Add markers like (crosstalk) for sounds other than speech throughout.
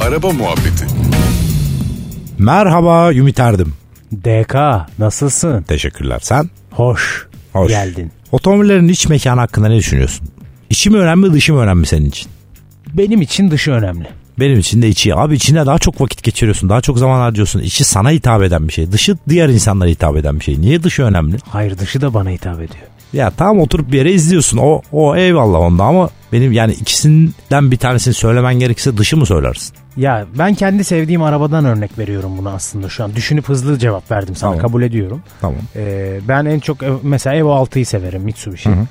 Araba Muhabbeti Merhaba Ümit Erdim. DK nasılsın? Teşekkürler. Sen? Hoş, geldin. Otomobillerin iç mekanı hakkında ne düşünüyorsun? İçi mi önemli dışı mı önemli senin için? Benim için dışı önemli. Benim için de içi. Abi içinde daha çok vakit geçiriyorsun. Daha çok zaman harcıyorsun. İçi sana hitap eden bir şey. Dışı diğer insanlara hitap eden bir şey. Niye dışı önemli? Hayır dışı da bana hitap ediyor. Ya tam oturup bir yere izliyorsun. O, o eyvallah onda ama benim yani ikisinden bir tanesini söylemen gerekirse dışı mı söylersin? Ya ben kendi sevdiğim arabadan örnek veriyorum bunu aslında şu an. Düşünüp hızlı cevap verdim sana Tamam. kabul ediyorum. Tamam. Ee, ben en çok ev- mesela Evo 6'yı severim Mitsubishi. Hı hı.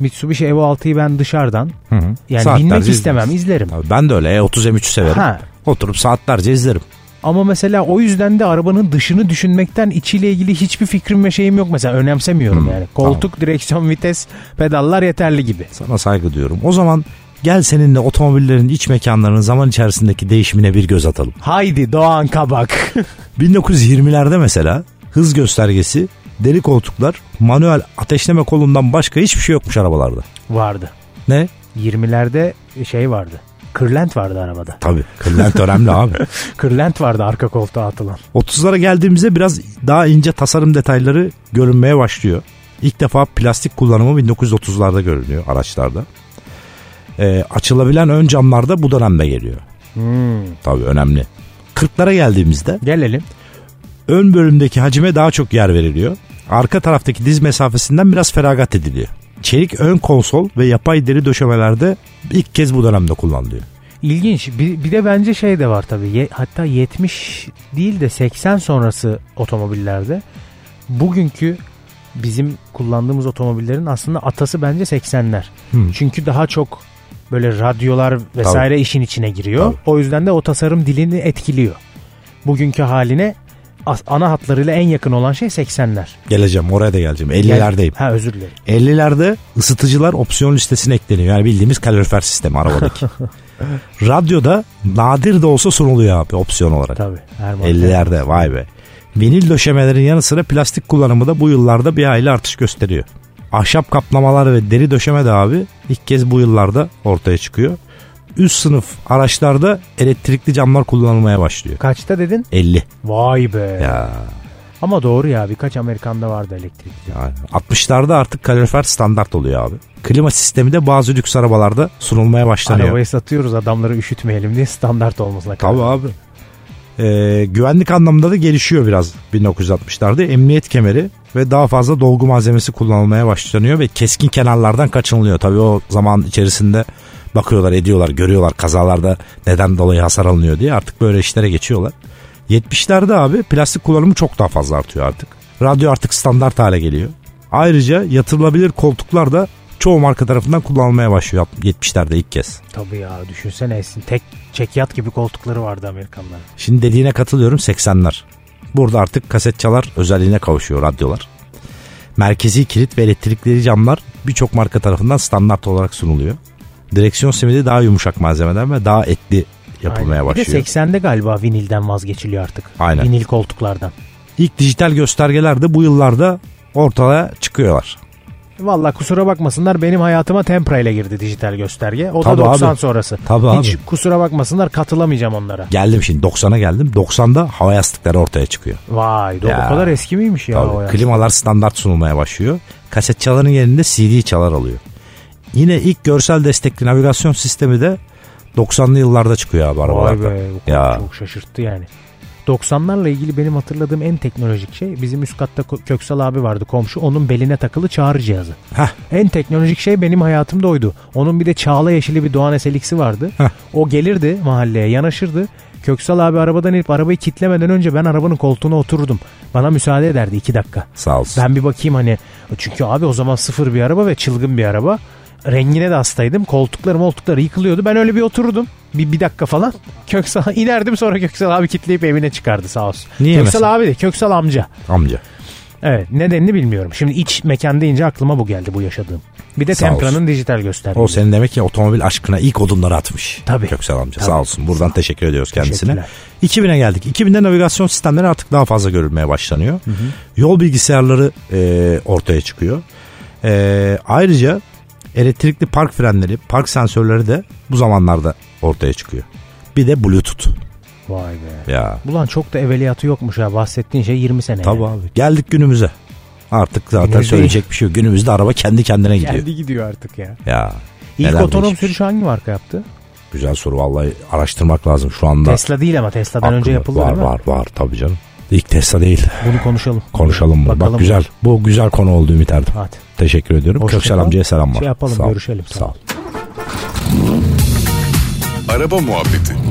Mitsubishi Evo 6'yı ben dışarıdan Hı hı. yani Saatlerce binmek izlersin. istemem izlerim. Tabii ben de öyle. E, E30 M3'ü severim. Ha, Oturup saatlerce izlerim. ama mesela o yüzden de arabanın dışını düşünmekten içiyle ilgili hiçbir fikrim ve şeyim yok mesela önemsemiyorum yani. Koltuk, direksiyon, vites, pedallar yeterli gibi. Sana saygı duyuyorum. O zaman gel seninle otomobillerin iç mekanlarının zaman içerisindeki değişimine bir göz atalım. Haydi Doğan Kabak. 1920'lerde mesela hız göstergesi, deri koltuklar, manuel ateşleme kolundan başka hiçbir şey yokmuş arabalarda. (laughs) vardı. Ne? 20'lerde şey vardı. Kırlent vardı arabada. Tabii. Kırlent önemli abi. Kırlent vardı arka koltuğa atılan. 30'lara geldiğimizde biraz daha ince tasarım detayları görünmeye başlıyor. İlk defa plastik kullanımı 1930'larda görünüyor araçlarda. Ee, açılabilen ön camlar da bu dönemde geliyor. Hmm. Tabii önemli. 40'lara geldiğimizde Gelelim. ön bölümdeki hacime daha çok yer veriliyor. Arka taraftaki diz mesafesinden biraz feragat ediliyor. Çelik ön konsol ve yapay deri döşemelerde ilk kez bu dönemde kullanılıyor. İlginç. Bir, bir de bence şey de var tabii. Ye- hatta 70 değil de 80 sonrası otomobillerde bugünkü bizim kullandığımız otomobillerin aslında atası bence 80'ler. Hı. Çünkü daha çok böyle radyolar vesaire işin içine giriyor. Tabii. O yüzden de o tasarım dilini etkiliyor. Bugünkü haline as- ana hatlarıyla en yakın olan şey 80'ler. Geleceğim oraya da geleceğim. Gel- 50'lerdeyim. Ha özür dilerim. 50'lerde ısıtıcılar opsiyon listesine ekleniyor. Yani bildiğimiz kalorifer sistemi arabadaki. Radyoda nadir de olsa sunuluyor abi opsiyon olarak. Tabii. Erman. 50'lerde vay be. Vinil döşemelerin yanı sıra plastik kullanımı da bu yıllarda bir hayli artış gösteriyor. Ahşap kaplamalar ve deri döşeme de abi ilk kez bu yıllarda ortaya çıkıyor. Üst sınıf araçlarda elektrikli camlar kullanılmaya başlıyor. Kaçta dedin? 50. Vay be. Ya, Ama doğru ya birkaç Amerikan'da vardı elektrik. yani 60'larda artık kalorifer standart oluyor abi. Klima sistemi de bazı lüks arabalarda sunulmaya başlanıyor. Arabayı satıyoruz adamları üşütmeyelim diye standart olmasına kadar. Tabii abi. Ee, güvenlik anlamında da gelişiyor biraz 1960'larda. Emniyet kemeri ve daha fazla dolgu malzemesi kullanılmaya başlanıyor ve keskin kenarlardan kaçınılıyor. Tabii o zaman içerisinde bakıyorlar, ediyorlar, görüyorlar kazalarda neden dolayı hasar alınıyor diye artık böyle işlere geçiyorlar. 70'lerde abi plastik kullanımı çok daha fazla artıyor artık. Radyo artık standart hale geliyor. Ayrıca yatırılabilir koltuklar da çoğu marka tarafından kullanılmaya başlıyor 70'lerde ilk kez. Tabii ya düşünsene Esin. Tek çekyat gibi koltukları vardı Amerikanların. Şimdi dediğine katılıyorum 80'ler. Burada artık kaset çalar özelliğine kavuşuyor radyolar. Merkezi kilit ve elektrikli camlar birçok marka tarafından standart olarak sunuluyor. Direksiyon simidi daha yumuşak malzemeden ve daha etli yapılmaya Aynen. başlıyor. Bir de 80'de galiba vinilden vazgeçiliyor artık. Aynen. Vinil koltuklardan. İlk dijital göstergeler de bu yıllarda ortaya çıkıyorlar. Valla kusura bakmasınlar benim hayatıma Tempra ile girdi dijital gösterge. O da Tabii 90 abi. sonrası. Tabii Hiç abi. kusura bakmasınlar katılamayacağım onlara. Geldim şimdi 90'a geldim. 90'da hava yastıkları ortaya çıkıyor. Vay do- Ya. o kadar eski miymiş ya Tabii, o ya? Klimalar standart sunulmaya başlıyor. Kaset çaların yerinde CD çalar alıyor. Yine ilk görsel destekli navigasyon sistemi de 90'lı yıllarda çıkıyor abi Vay arabalarda. be bu Ya. çok şaşırttı yani. 90'larla ilgili benim hatırladığım en teknolojik şey bizim üst katta Ko- Köksal abi vardı komşu onun beline takılı çağrı cihazı. Heh. En teknolojik şey benim hayatımda oydu. Onun bir de çağla yeşili bir Doğan Eseliksi vardı. Heh. O gelirdi mahalleye yanaşırdı. Köksal abi arabadan inip arabayı kitlemeden önce ben arabanın koltuğuna otururdum. Bana müsaade ederdi iki dakika. Sağ olsun. Ben bir bakayım hani çünkü abi o zaman sıfır bir araba ve çılgın bir araba. Rengine de hastaydım. Koltukları moltukları yıkılıyordu. Ben öyle bir otururdum. Bir, bir dakika falan. Köksal (laughs) inerdim sonra Köksal abi kitleyip evine çıkardı sağ olsun. Niye Köksal mesela? abi de Köksal amca. Amca. Evet nedenini bilmiyorum. Şimdi iç mekan deyince aklıma bu geldi bu yaşadığım. Bir de Sağ Tempra'nın olsun. dijital göstergesi. O senin demek ki otomobil aşkına ilk odunları atmış. Tabii. Köksal amca Tabii. sağ olsun. Buradan teşekkür ediyoruz kendisine. Teşekkürler. 2000'e geldik. 2000'de navigasyon sistemleri artık daha fazla görülmeye başlanıyor. Yol bilgisayarları e, ortaya çıkıyor. E, ayrıca elektrikli park frenleri, park sensörleri de bu zamanlarda ortaya çıkıyor. bir de Bluetooth. Vay be. Ya. Ulan çok da evveliyatı yokmuş ha. Bahsettiğin şey 20 sene. Tabii abi. Geldik günümüze. Artık zaten Günümüzde- söyleyecek bir şey yok. Günümüzde araba kendi kendine gidiyor. Kendi gidiyor artık ya. Ya. İlk Neler otonom değişmiş? sürüş hangi marka yaptı? Güzel soru vallahi araştırmak lazım şu anda. Tesla değil ama Tesla'dan aklımda. önce yapıldı var, değil mi? Var var tabii canım. İlk Tesla değil. (laughs) Bunu konuşalım. Konuşalım bunu. Bakalım. Bak güzel. Bu güzel konu oldu Ümit Erdem. Hadi. Teşekkür ediyorum. Hoşça Köksal kal. amcaya selam var. Şey yapalım, Sağ ol. görüşelim. Sağ ol. Araba Muhabbeti